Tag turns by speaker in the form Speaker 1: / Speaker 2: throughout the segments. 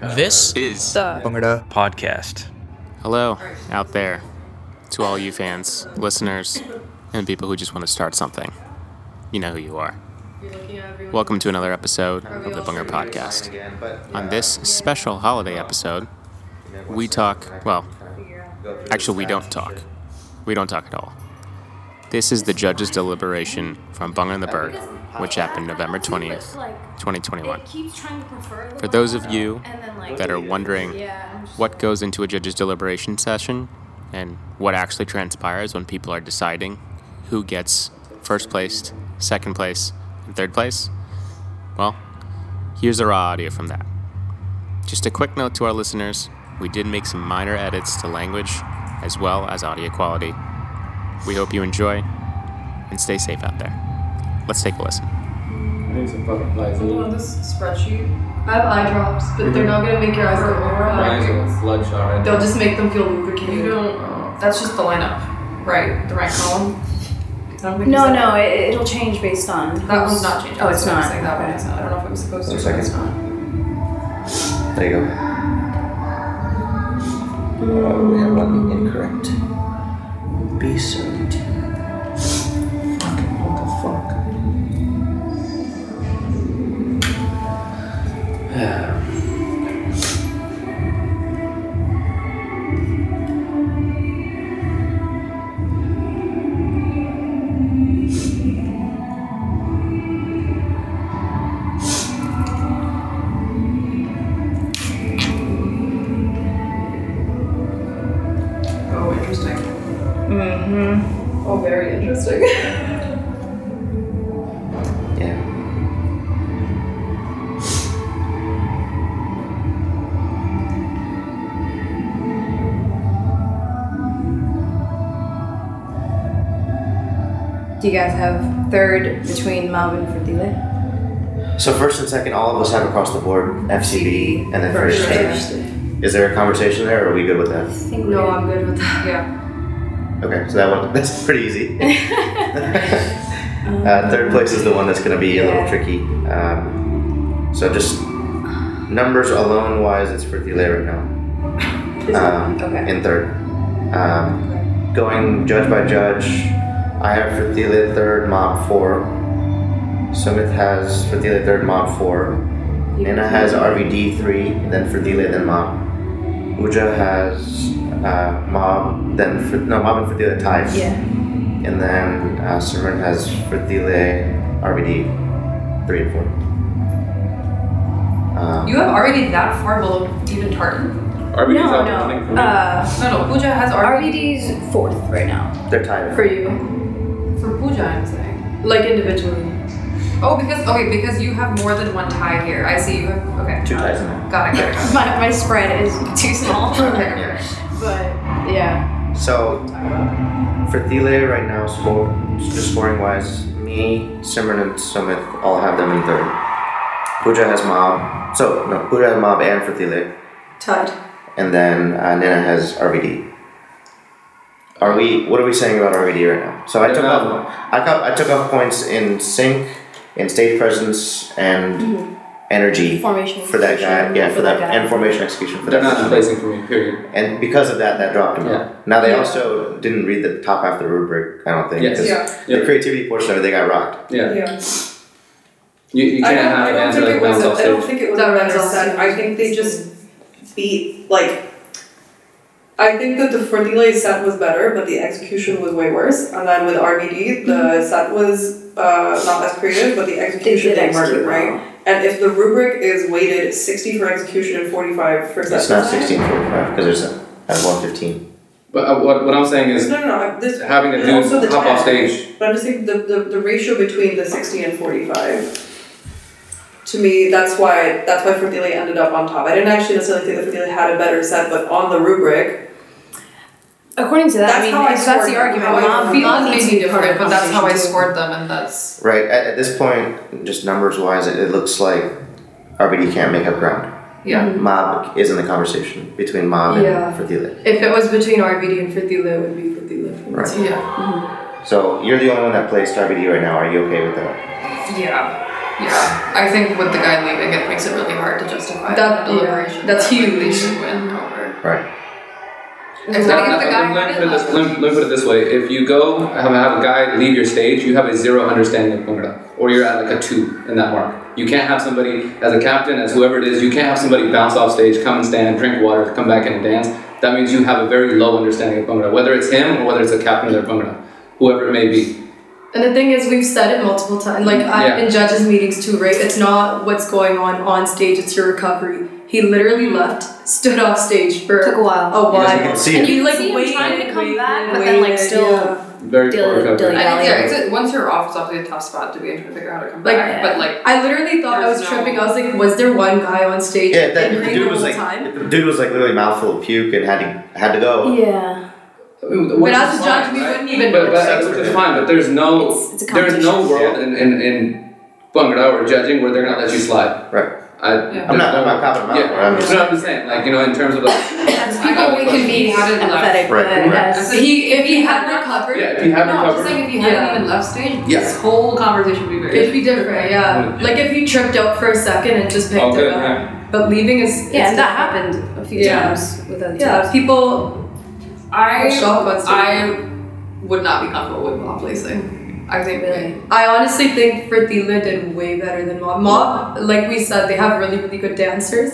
Speaker 1: This
Speaker 2: Is.
Speaker 3: The
Speaker 4: Bangada.
Speaker 5: podcast.
Speaker 2: Hello, out there. To all you fans, listeners, and people who just want to start something. You know who you are. Welcome to another episode of the Bunger Podcast. On this special holiday episode, we talk, well, actually, we don't talk. We don't talk at all. This is the judge's deliberation from Bunger the Berg, which happened November 20th, 2021. For those of you that are wondering what goes into a judge's deliberation session and what actually transpires when people are deciding who gets first place, second place, and third place. Well, here's a raw audio from that. Just a quick note to our listeners we did make some minor edits to language as well as audio quality. We hope you enjoy and stay safe out there. Let's take a listen.
Speaker 6: I need some fucking flies. I
Speaker 7: You
Speaker 6: need
Speaker 7: know this spreadsheet? I have eye drops, but they're not gonna make your eyes look
Speaker 6: my eyes
Speaker 7: overall.
Speaker 6: are bloodshot right
Speaker 7: They'll
Speaker 6: now.
Speaker 7: just make them feel lubricated. You don't.
Speaker 6: Oh.
Speaker 7: That's just the lineup, right? The right column. I don't think
Speaker 3: no,
Speaker 7: it's-
Speaker 3: no, it, it'll change based on.
Speaker 7: That
Speaker 3: who's-
Speaker 7: one's not changing.
Speaker 3: Oh, it's
Speaker 7: That's what I'm
Speaker 3: not.
Speaker 7: saying. That one
Speaker 3: Okay.
Speaker 7: is not. I don't know if I'm supposed to.
Speaker 4: One
Speaker 7: but It's
Speaker 4: second.
Speaker 7: not.
Speaker 4: There you go. Uh, we have one incorrect. B seventeen. Fucking what the fuck?
Speaker 7: Oh, interesting. Mm-hmm. Oh, very interesting.
Speaker 4: Yeah.
Speaker 3: Do you guys have third between Malvin and Ferdile?
Speaker 4: So first and second, all of us have across the board FCB and then first.
Speaker 3: First.
Speaker 4: first. Is there a conversation there, or are we good with that?
Speaker 3: No, I'm good with that.
Speaker 7: yeah.
Speaker 4: Okay, so that one that's pretty easy. uh, third place is the one that's going to be a little
Speaker 3: Yeah.
Speaker 4: tricky. Um, so just numbers alone wise, it's for delay right now. Um,
Speaker 3: Okay.
Speaker 4: In third, um, going judge by judge, I have for delay third, mob four. Summit has for delay third, mob four. Nina has RVD three, then for delay, then mob. Uja has uh, mob, then Fr- no mob and Fadila tied,
Speaker 3: Yeah.
Speaker 4: and then uh, Simran has Fadila RVD three and four. Um,
Speaker 7: You have already that far below even Tartan.
Speaker 6: RBD's
Speaker 3: No,
Speaker 6: out there running for
Speaker 3: no.
Speaker 6: me.
Speaker 3: Uh,
Speaker 7: No, no. Pooja has already.
Speaker 3: RVD's fourth right now
Speaker 4: they're tied.
Speaker 3: for you.
Speaker 7: For Pooja, I'm saying. Like individually. Oh, because okay, because you have more than one tie here. I see you have okay.
Speaker 4: Two ties in there.
Speaker 7: Got it. Got it. Got it.
Speaker 3: My, my spread is too small.
Speaker 7: Okay.
Speaker 4: Yeah.
Speaker 3: But yeah.
Speaker 4: So Fadila right now score just scoring wise, me, Simran, and Summit all have them in third. Pooja has mob. So no, Pooja has mob and Fadila.
Speaker 3: Tied.
Speaker 4: and then uh, Nina has RVD. Are we? What are we saying about RVD right now? So I took
Speaker 6: Yeah.
Speaker 4: off. I got. I took off points in sync, in stage presence, and energy
Speaker 3: Formation
Speaker 4: for that guy.
Speaker 3: execution
Speaker 4: Yeah, for that,
Speaker 3: guy.
Speaker 4: and formation execution for
Speaker 6: They're
Speaker 4: that.
Speaker 6: not
Speaker 4: guy.
Speaker 6: replacing for me, period.
Speaker 4: And because of that, that dropped him.
Speaker 6: Yeah.
Speaker 4: Now they
Speaker 7: Yeah.
Speaker 4: also didn't read the top half of the rubric. I don't think.
Speaker 6: Yes.
Speaker 4: 'cause
Speaker 7: Yeah.
Speaker 4: The
Speaker 6: Yeah.
Speaker 4: creativity portion of it, they got rocked.
Speaker 6: Yeah.
Speaker 8: Yeah.
Speaker 6: You, you
Speaker 8: I
Speaker 6: can't
Speaker 8: don't,
Speaker 6: have
Speaker 8: I
Speaker 6: a
Speaker 8: don't
Speaker 6: band
Speaker 8: think
Speaker 6: that
Speaker 8: it was.
Speaker 6: runs off
Speaker 8: I don't
Speaker 6: stage.
Speaker 8: think it was.
Speaker 7: That
Speaker 8: a
Speaker 7: runs off
Speaker 8: set.
Speaker 7: stage.
Speaker 8: I think they just beat like. I think that the for delay set was better, but the execution was way worse. And then with RBD, the set was uh, not as creative, but the
Speaker 3: Mm-hmm. They
Speaker 8: execution
Speaker 3: did
Speaker 8: didn't work
Speaker 3: execute
Speaker 8: right.
Speaker 3: well.
Speaker 8: And if the rubric is weighted sixty for execution and forty five for set,
Speaker 4: It's not
Speaker 8: design-
Speaker 4: sixteen forty five because there's a, at one fifteen.
Speaker 6: But uh, what, what I'm saying is
Speaker 8: No, no, no. This
Speaker 6: having a
Speaker 8: and
Speaker 6: dude
Speaker 8: also the
Speaker 6: hop off
Speaker 8: time.
Speaker 6: stage.
Speaker 8: But I'm just saying the, the, the ratio between the 60 and 45. To me, that's why that's why Fertile ended up on top. I didn't actually necessarily think that Fertile had a better set, but on the rubric,
Speaker 3: According to that,
Speaker 8: That's
Speaker 3: I mean,
Speaker 8: how I
Speaker 3: if that's the
Speaker 8: scored.
Speaker 3: argument,
Speaker 8: How I
Speaker 3: Mom,
Speaker 8: feel
Speaker 3: Mom
Speaker 7: Feelings
Speaker 3: needs
Speaker 7: may
Speaker 3: to
Speaker 7: be
Speaker 3: be part of
Speaker 7: different,
Speaker 3: the
Speaker 7: but that's how I
Speaker 3: conversation, too.
Speaker 7: scored them, and that's
Speaker 4: Right at, at this point, just numbers wise, it, it looks like RBD can't make up ground.
Speaker 7: yeah.
Speaker 4: Mob is in the conversation between Mob
Speaker 3: Yeah.
Speaker 4: and Fadila.
Speaker 3: If it was between RVD and Ferdile, it would be Ferdile.
Speaker 4: Right.
Speaker 7: Yeah.
Speaker 4: So you're the only one that placed RBD right now. Are you okay with that?
Speaker 7: Yeah. Yeah, I think with the guy leaving, it makes it really hard to justify
Speaker 8: That-
Speaker 7: the
Speaker 8: yeah,
Speaker 7: deliberation.
Speaker 8: that's
Speaker 7: that, like, They
Speaker 8: huge.
Speaker 7: should win over.
Speaker 4: Right.
Speaker 7: It's not even the guy
Speaker 6: let, me
Speaker 7: who
Speaker 6: put
Speaker 7: did
Speaker 6: it this,
Speaker 7: that.
Speaker 6: let, me- let me put it this way: if you go have, have a guy leave your stage, you have a zero understanding of Bhangra, or you're at like a two in that mark. You can't have somebody as a captain, as whoever it is, you can't have somebody bounce off stage, come and stand, drink water, come back in and dance. That means you have a very low understanding of Bhangra, whether it's him or whether it's a captain of their Bhangra, whoever it may be.
Speaker 8: And the thing is, we've said it multiple times. Like I,
Speaker 6: Yeah.
Speaker 8: in judges' meetings too, right? It's not what's going on on stage; it's your recovery. He literally left, stood off stage for
Speaker 3: Took a while.
Speaker 8: A
Speaker 4: Because you can see
Speaker 8: and
Speaker 4: it.
Speaker 3: You can
Speaker 8: you like
Speaker 3: see him
Speaker 8: waited,
Speaker 3: trying to come
Speaker 8: waited,
Speaker 3: back, but then, like,
Speaker 8: waited,
Speaker 3: still-
Speaker 8: yeah.
Speaker 6: Very poor
Speaker 3: Dilly-
Speaker 6: recovery.
Speaker 3: dilly-
Speaker 7: I think yeah,
Speaker 3: Yeah.
Speaker 7: it's a, once you're off, it's obviously a tough spot to be in trying to figure out how to come
Speaker 8: Like,
Speaker 7: back. But like,
Speaker 8: I literally thought I was
Speaker 7: There's no-
Speaker 8: tripping. I was like, was there one guy on stage?
Speaker 4: Yeah, that
Speaker 8: in green
Speaker 4: dude
Speaker 8: the
Speaker 4: was
Speaker 8: whole
Speaker 4: like
Speaker 8: time?
Speaker 4: the dude was like literally mouthful of puke and had to had to go.
Speaker 3: Yeah.
Speaker 8: But
Speaker 6: Which
Speaker 8: as
Speaker 6: is
Speaker 8: a judge,
Speaker 6: fine,
Speaker 8: we
Speaker 6: right?
Speaker 8: wouldn't even
Speaker 6: But,
Speaker 8: know.
Speaker 6: but which is fine, but there's no
Speaker 3: It's, it's a competition.
Speaker 6: there's no world in, in, in Bhangra or judging where they're gonna let you slide.
Speaker 4: Right.
Speaker 6: I,
Speaker 7: Yeah.
Speaker 4: I'm not I'm not copping him out for it. I'm
Speaker 6: Yeah,
Speaker 4: just
Speaker 6: no, I'm just saying, like, you know, in terms of like,
Speaker 3: As
Speaker 7: I
Speaker 3: people,
Speaker 7: know
Speaker 3: we
Speaker 7: we
Speaker 3: can
Speaker 7: can
Speaker 3: be
Speaker 7: be how did left.
Speaker 3: empathetic, but
Speaker 4: Right, right.
Speaker 3: as
Speaker 7: So he,
Speaker 8: If he had recovered,
Speaker 6: yeah, if you
Speaker 7: no,
Speaker 6: have
Speaker 7: I'm just
Speaker 6: recovered,
Speaker 7: saying if you
Speaker 8: Yeah.
Speaker 7: hadn't even left stage,
Speaker 6: Yeah.
Speaker 7: this whole conversation would be very
Speaker 8: it'd be different. Yeah, like if he tripped out for a second and just picked
Speaker 6: all
Speaker 8: it
Speaker 6: good,
Speaker 8: up.
Speaker 6: yeah.
Speaker 8: But leaving is
Speaker 3: yeah,
Speaker 8: it's
Speaker 3: and that happened a few
Speaker 8: Yeah.
Speaker 3: times with other
Speaker 8: Yeah, people
Speaker 7: I
Speaker 8: shock on stage.
Speaker 7: I would not be comfortable with mob placing. I think
Speaker 8: Really. I honestly think Fertila did way better than Mob. Mob, like we said, they have really, really good dancers,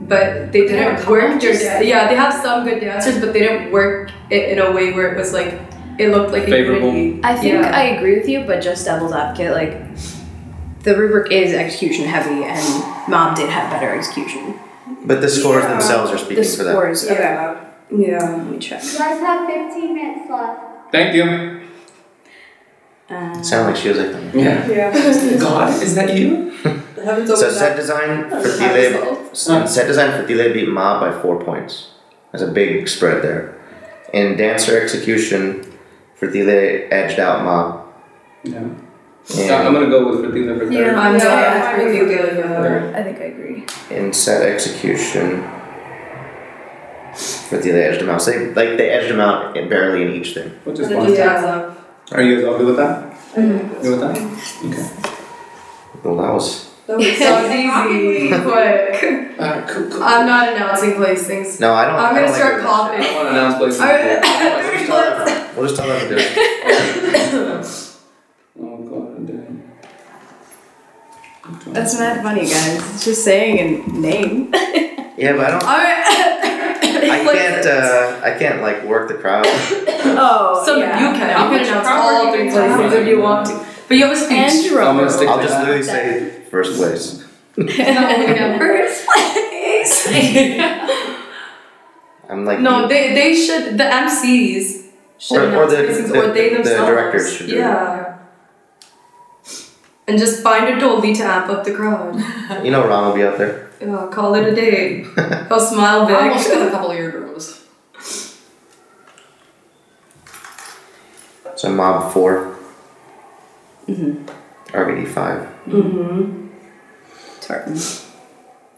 Speaker 8: but they
Speaker 7: But they don't
Speaker 8: didn't
Speaker 7: come
Speaker 8: work
Speaker 7: up
Speaker 8: their
Speaker 7: just-
Speaker 8: dan- Yeah, they have some good dancers, but they didn't work it in a way where it was like it looked like a
Speaker 6: Favorable.
Speaker 8: unity.
Speaker 3: I think
Speaker 8: Yeah.
Speaker 3: I agree with you, but just devil's advocate, like the rubric is execution heavy, and Mob did have better execution.
Speaker 4: But the scores
Speaker 9: Yeah.
Speaker 4: themselves are speaking
Speaker 3: The
Speaker 4: for them.
Speaker 3: scores. Okay,
Speaker 9: Yeah. Yeah.
Speaker 3: let me check.
Speaker 10: You guys have 15 minutes left.
Speaker 6: Thank you.
Speaker 3: Um,
Speaker 4: Sound like she was like.
Speaker 6: Yeah.
Speaker 9: Yeah.
Speaker 6: God, is that you?
Speaker 9: The heavens
Speaker 4: So
Speaker 9: opened
Speaker 4: set
Speaker 9: up.
Speaker 4: design for
Speaker 9: That's
Speaker 4: Thiele,
Speaker 9: how it's
Speaker 6: sold.
Speaker 4: set design for Thiele beat Mob by four points. That's a big spread there. In dancer execution, for Thiele edged out Mob.
Speaker 6: Yeah.
Speaker 4: Yeah.
Speaker 6: I'm gonna go with Fatima for third.
Speaker 3: Yeah.
Speaker 8: I'm
Speaker 9: Yeah,
Speaker 8: done.
Speaker 9: I agree with you.
Speaker 3: uh, I think I agree.
Speaker 4: In set execution, for Thiele edged him out. So they, like they edged him out in- barely in each thing.
Speaker 6: Which is
Speaker 9: It
Speaker 6: fine.
Speaker 9: just adds up.
Speaker 6: Are you guys all good with that?
Speaker 7: Mm-hmm.
Speaker 6: Good with that? Okay.
Speaker 4: Well, that was
Speaker 9: That was
Speaker 8: Sounds
Speaker 9: so-
Speaker 8: easy, quick.
Speaker 6: Alright, cool, cool.
Speaker 8: I'm not announcing place things.
Speaker 4: no. Oh, I don't.
Speaker 8: I'm
Speaker 4: I
Speaker 8: gonna
Speaker 4: don't
Speaker 8: start
Speaker 4: like
Speaker 6: I
Speaker 8: coughing.
Speaker 6: don't want to announce places.
Speaker 8: Alright.
Speaker 4: coughing. We'll just tell them to do it.
Speaker 6: Oh, God, damn.
Speaker 3: That's mad funny, guys. It's just saying a name.
Speaker 4: Yeah, but I don't. I
Speaker 8: Like-
Speaker 4: can't. Uh, I can't like work the crowd.
Speaker 3: Oh,
Speaker 8: So you can. You can announce all three places if you want to. But you have a speech.
Speaker 3: And
Speaker 6: I'm gonna stick
Speaker 4: I'll
Speaker 6: to
Speaker 4: just
Speaker 6: that.
Speaker 4: literally say first place.
Speaker 8: First place.
Speaker 4: I'm like
Speaker 8: no, they they should the MCs should
Speaker 4: Or- or
Speaker 8: announce
Speaker 4: the-
Speaker 8: places,
Speaker 4: the-
Speaker 8: or they
Speaker 4: the
Speaker 8: themselves.
Speaker 4: directors should do it.
Speaker 8: yeah. And just find a dolly to amp up the crowd.
Speaker 4: you know Ron will be out there.
Speaker 8: Yeah, call it a day. He'll smile
Speaker 7: I almost
Speaker 8: big.
Speaker 7: got a couple of eardrums.
Speaker 4: So mob 4
Speaker 3: Mm-hmm.
Speaker 4: RVD five.
Speaker 8: Mm-hmm.
Speaker 3: Tartan.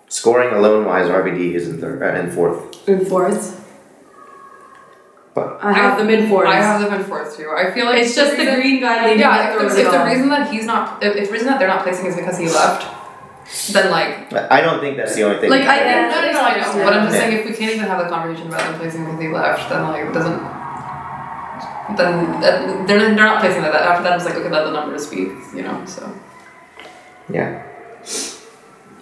Speaker 4: Scoring alone wise, RVD is in third uh, in fourth.
Speaker 8: In fourth.
Speaker 4: But-
Speaker 8: I have them in fourth.
Speaker 7: I have them in fourth too. I feel like
Speaker 8: it's just the
Speaker 7: reason-
Speaker 8: green guy leading
Speaker 7: Yeah,
Speaker 8: that
Speaker 7: if
Speaker 8: throws
Speaker 7: the,
Speaker 8: it
Speaker 7: if the
Speaker 8: off.
Speaker 7: reason that he's not, if, if the reason that they're not placing is because he left, then like,
Speaker 4: But I don't think that's the only thing.
Speaker 8: Like, I-
Speaker 7: no,
Speaker 3: Yeah,
Speaker 7: no, no,
Speaker 3: that's
Speaker 7: I know. But I'm just
Speaker 4: Yeah.
Speaker 7: saying, if we can't even have the conversation about them placing because he left, then like, it doesn't. Then that, they're they're not placing that. After that, it's like okay, let the numbers speak, you know. So
Speaker 4: yeah.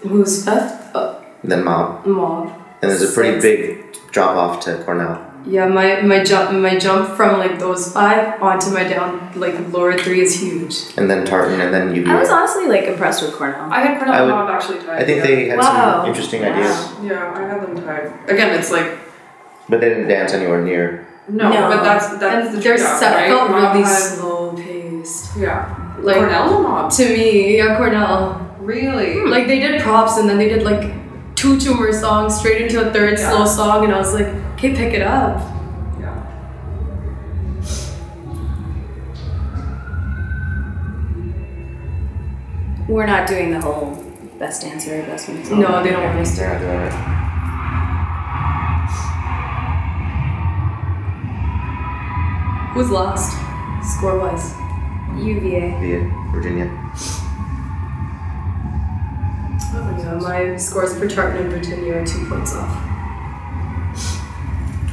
Speaker 8: Who's fifth? Uh,
Speaker 4: Then mob,
Speaker 8: Mob.
Speaker 4: and there's a pretty big drop off to Cornell.
Speaker 8: Yeah, my my jump my jump from like those five onto my down like lower three is huge.
Speaker 4: And then Tartan, and then UV.
Speaker 3: I was honestly like impressed with Cornell.
Speaker 9: I had
Speaker 4: I
Speaker 9: Cornell
Speaker 4: would-
Speaker 9: Mob actually tied.
Speaker 4: I think
Speaker 9: yeah.
Speaker 4: they had
Speaker 3: Wow.
Speaker 4: some interesting
Speaker 3: Wow.
Speaker 4: ideas,
Speaker 9: Yeah, I had them tied. Again, it's like
Speaker 4: but they didn't dance anywhere near.
Speaker 9: no,
Speaker 3: No.
Speaker 9: but that's that's
Speaker 8: And
Speaker 9: the
Speaker 8: their
Speaker 9: trade-off,
Speaker 8: set
Speaker 9: right?
Speaker 8: felt
Speaker 9: Mob
Speaker 8: really
Speaker 9: had-
Speaker 8: slow paced.
Speaker 9: yeah.
Speaker 8: Like
Speaker 9: Cornell or Mob?
Speaker 8: to me, yeah, Cornell.
Speaker 9: Really?
Speaker 7: Hmm.
Speaker 8: Like they did props and then they did like two two more songs straight into a third
Speaker 9: Yeah.
Speaker 8: slow song, and I was like, okay, pick it up.
Speaker 7: Hmm.
Speaker 9: Yeah.
Speaker 3: We're not doing the whole best dancer, best music.
Speaker 8: No, they don't want to
Speaker 4: Yeah,
Speaker 8: start.
Speaker 4: they're alright.
Speaker 8: Who's last? Score wise.
Speaker 3: UVA.
Speaker 4: Via Virginia.
Speaker 8: my scores for chart and Britannia are two points off.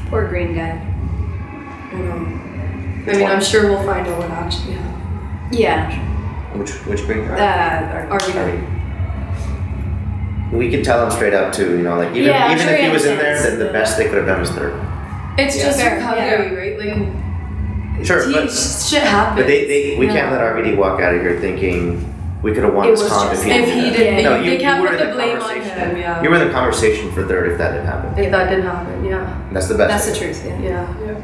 Speaker 3: Poor green guy.
Speaker 8: I know. I mean, I'm sure we'll find out what actually happened.
Speaker 3: Yeah.
Speaker 4: Which which green
Speaker 3: Uh,
Speaker 4: card?
Speaker 3: our,
Speaker 8: Are we
Speaker 4: I mean, we could tell him straight up too. You know, like even
Speaker 3: Yeah, I'm
Speaker 4: even
Speaker 3: sure
Speaker 4: if
Speaker 3: he
Speaker 4: he was in there,
Speaker 3: understands.
Speaker 4: then the best they could have done was third.
Speaker 8: It's
Speaker 6: Yeah.
Speaker 8: just
Speaker 3: Fair,
Speaker 8: recovery, right? Like,
Speaker 4: Sure,
Speaker 8: tea-
Speaker 4: but
Speaker 8: shit happens.
Speaker 4: but they, they we
Speaker 8: Yeah.
Speaker 4: can't let RVD walk out of here thinking we could have won
Speaker 3: It
Speaker 4: this
Speaker 3: was
Speaker 4: comp
Speaker 3: just-
Speaker 4: if he
Speaker 8: if
Speaker 4: did
Speaker 8: he
Speaker 4: that.
Speaker 8: did,
Speaker 4: No,
Speaker 8: they,
Speaker 4: you,
Speaker 8: they
Speaker 4: you
Speaker 8: can't
Speaker 4: were
Speaker 8: put
Speaker 4: in
Speaker 8: the blame on
Speaker 4: conversation.
Speaker 8: him. Yeah.
Speaker 4: You were in the conversation for third if that did happen.
Speaker 8: If that didn't happen. Yeah.
Speaker 4: That's the best.
Speaker 3: That's
Speaker 4: thing.
Speaker 3: the truth. Yeah.
Speaker 8: Yeah.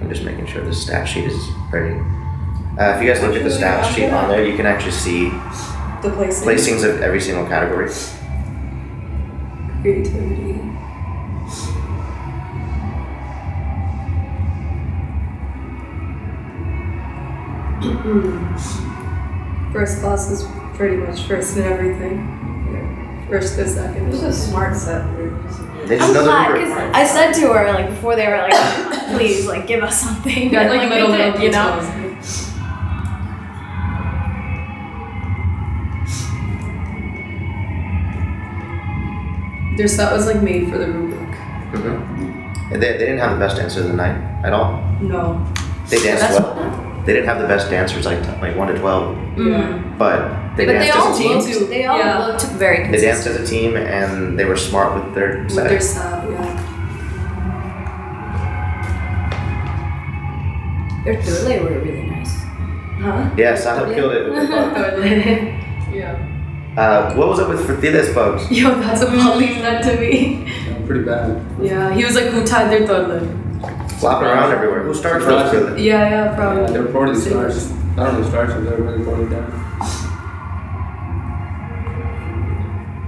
Speaker 4: I'm just making sure the stat sheet is pretty. Uh, if you guys look at the stat sheet on there, you can actually see
Speaker 9: The placing.
Speaker 4: placings of every single category.
Speaker 8: Creativity. Hmm. first class is pretty much first in everything. First to second.
Speaker 7: This is smart
Speaker 8: set.
Speaker 4: They just
Speaker 3: I'm
Speaker 4: know the
Speaker 3: glad
Speaker 4: number.
Speaker 3: because I said to her like before they were like, please like give us something.
Speaker 8: Yeah,
Speaker 3: And,
Speaker 8: like,
Speaker 3: they
Speaker 8: middle,
Speaker 3: did,
Speaker 8: middle,
Speaker 3: you know.
Speaker 8: details. Their set was like made for the rubric.
Speaker 4: Mhm. And They, they didn't have the best dancer of the night at all.
Speaker 8: No.
Speaker 4: They danced
Speaker 8: That's-
Speaker 4: well. They didn't have the best dancers like like one to twelve,
Speaker 8: Mm. Yeah.
Speaker 4: but they
Speaker 8: But they
Speaker 4: danced
Speaker 8: all
Speaker 4: as a team.
Speaker 8: looked- too.
Speaker 3: They all
Speaker 8: Yeah.
Speaker 3: looked very
Speaker 4: They
Speaker 3: consistent.
Speaker 4: danced as a team and they were smart with their
Speaker 8: With
Speaker 4: set.
Speaker 8: their set, yeah.
Speaker 3: Their third were really nice.
Speaker 8: Huh?
Speaker 4: yeah, Sahil killed it with the bug.
Speaker 8: yeah.
Speaker 4: Uh, what was up with Fertilis bugs?
Speaker 8: Yo, that's what Polly said to me.
Speaker 6: Yeah, pretty bad.
Speaker 8: Mm. Yeah, he was like, who tied their toddler?
Speaker 4: Flopping around everywhere. Who starts with
Speaker 6: Right.
Speaker 4: Fertilis?
Speaker 8: Yeah, yeah,
Speaker 6: Yeah,
Speaker 8: probably.
Speaker 6: they're reported stars. I don't know stars, but they're really reported down.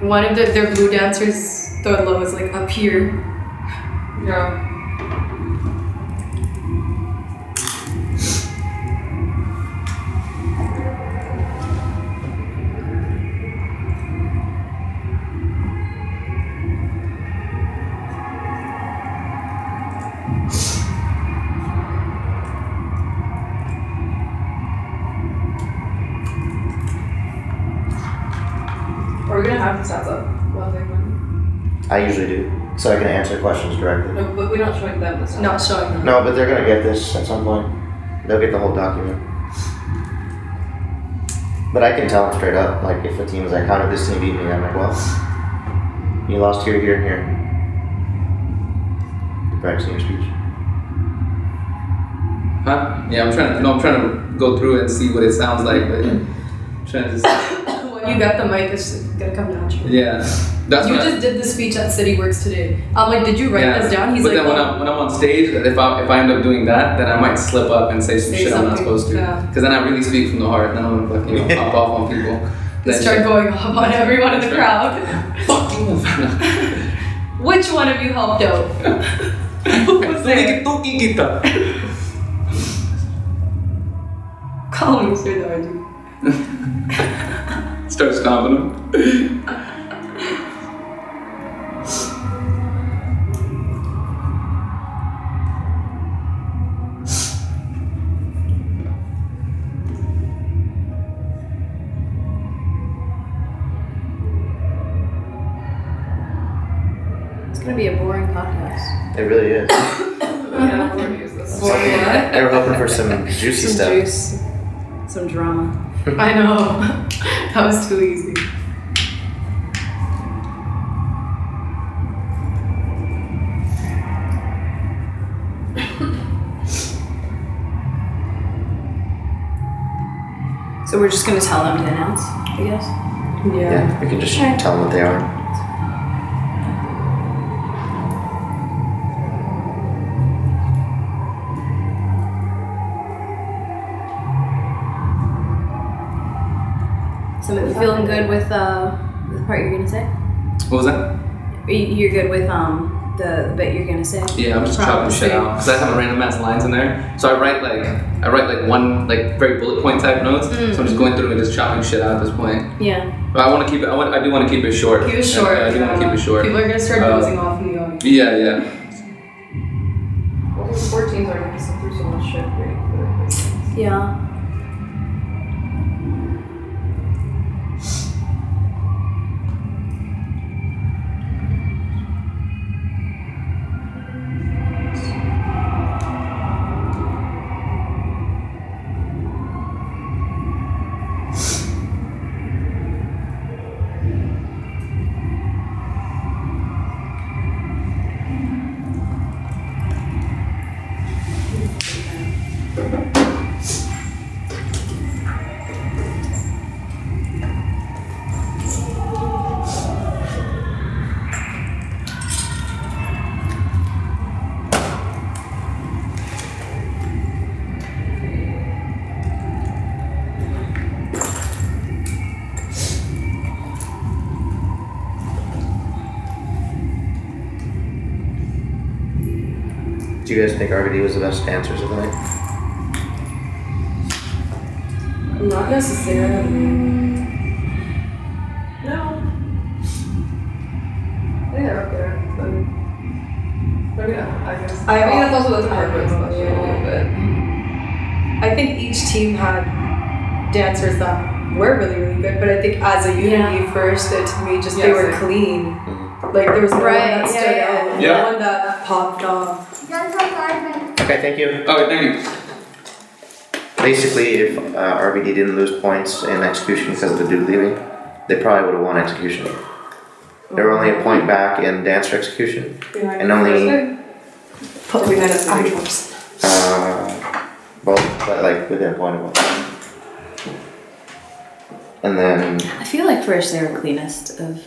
Speaker 8: One of the, their blue dancers, toddler, was like up here.
Speaker 7: Yeah.
Speaker 9: Are we gonna have the stats up while they win?
Speaker 4: I usually do, so I can answer questions directly.
Speaker 9: No, but we're not showing them the stats.
Speaker 8: Not showing them.
Speaker 4: No, but they're gonna get this at some point. They'll get the whole document. But I can tell them straight up, like if the team is like, "How did this team beat me?" I'm like, "Well, you lost here, here, and here." You're practicing your speech.
Speaker 6: Huh? Yeah, I'm trying to. No, I'm trying to go through and see what it sounds like, but
Speaker 8: Mm-hmm.
Speaker 6: trying to. Just,
Speaker 8: When you get the mic, it's gonna come natural.
Speaker 6: yeah, that's
Speaker 8: you
Speaker 6: what. I-
Speaker 8: just did the speech at City Works today. I'm like, did you write
Speaker 6: yeah.
Speaker 8: this down? He's
Speaker 6: but
Speaker 8: like,
Speaker 6: then when
Speaker 8: "Oh."
Speaker 6: I'm when I'm on stage, if I if I end up doing that, then I might slip up and say some
Speaker 8: Say
Speaker 6: shit I'm not
Speaker 8: something,
Speaker 6: supposed to.
Speaker 8: yeah.
Speaker 6: Because then I really speak from the heart. Then I'm gonna fucking you know, pop off on people.
Speaker 8: They
Speaker 6: Then
Speaker 8: start going off on everyone in the
Speaker 6: Sure.
Speaker 8: crowd.
Speaker 6: fuck you.
Speaker 8: Which one of you helped out? Who was there? Call me Sir Darji.
Speaker 6: Start stomping them.
Speaker 3: It's gonna be a boring podcast.
Speaker 4: It really is.
Speaker 7: Yeah, we're gonna use this.
Speaker 8: Boring what?
Speaker 4: they were hoping for some juicy
Speaker 3: Some
Speaker 4: stuff.
Speaker 3: juice, some drama.
Speaker 8: I know. that was too easy.
Speaker 3: So we're just gonna tell them to announce, I guess.
Speaker 8: Yeah.
Speaker 4: Yeah, we can just tell them what they are.
Speaker 3: So you feeling good with uh, the part you're gonna say?
Speaker 6: What was that?
Speaker 3: You- You're good with um the bit you're gonna say.
Speaker 6: Yeah, I'm just chopping
Speaker 3: Probably.
Speaker 6: shit out because I have a random ass lines in there. So I write like I write like one like very bullet point type notes. So I'm
Speaker 8: Mm.
Speaker 6: just going through and just chopping shit out at this point.
Speaker 3: Yeah.
Speaker 6: But I want to keep it. I, want, I do want to keep it short.
Speaker 8: Keep it short.
Speaker 6: Yeah, I do want to keep it short.
Speaker 8: People are gonna start
Speaker 6: Uh,
Speaker 8: dozing off in the audience.
Speaker 6: Yeah, yeah.
Speaker 7: Well, these four teams are gonna sit through so much shit. Right?
Speaker 3: Yeah.
Speaker 4: Do you guys think RVD was the best dancer of the night?
Speaker 8: Not necessarily. No.
Speaker 7: I think they're up there. So. But yeah, I guess.
Speaker 8: I
Speaker 7: I mean,
Speaker 8: al-
Speaker 7: that's also that's a hard
Speaker 8: I-
Speaker 7: question a little bit.
Speaker 8: I think each team had dancers that were really, really good, but I think as a unity first, it, to me, just they
Speaker 7: Yeah,
Speaker 8: were
Speaker 7: same. Mm-hmm.
Speaker 8: clean. Like there was no
Speaker 3: Right,
Speaker 8: one that stood
Speaker 3: yeah, yeah.
Speaker 8: out,
Speaker 6: Yeah.
Speaker 8: no one that popped off.
Speaker 10: That's outside my
Speaker 4: Okay, thank you.
Speaker 6: Okay, Oh, thank you.
Speaker 4: Basically, if uh, RVD didn't lose points in execution because of the dude leaving, they probably would have won execution. They were only a point back in dancer execution, and only
Speaker 8: Put me in as
Speaker 4: uh, both, but like within a point of one. And then
Speaker 3: I feel like first they were cleanest of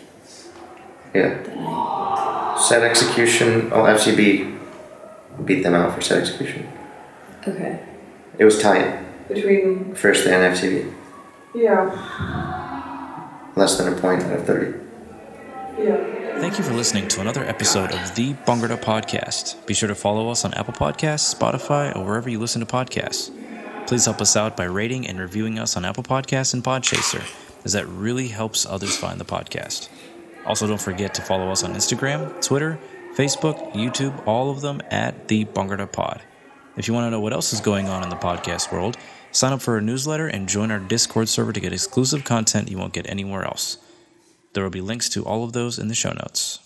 Speaker 4: yeah, set execution. Oh, FCB beat them out for set execution.
Speaker 3: Okay.
Speaker 4: It was tight.
Speaker 8: between
Speaker 4: First and FCB,
Speaker 8: yeah,
Speaker 4: less than a point out of thirty.
Speaker 8: yeah.
Speaker 11: Thank you for listening to another episode of the Bungarda Podcast. Be sure to follow us on Apple Podcasts, Spotify, or wherever you listen to podcasts. Please help us out by rating and reviewing us on Apple Podcasts and Podchaser, as that really helps others find the podcast. Also, don't forget to follow us on Instagram, Twitter, Facebook, YouTube, all of them at the Bungarda Pod. If you want to know what else is going on in the podcast world, sign up for our newsletter and join our Discord server to get exclusive content you won't get anywhere else. There will be links to all of those in the show notes.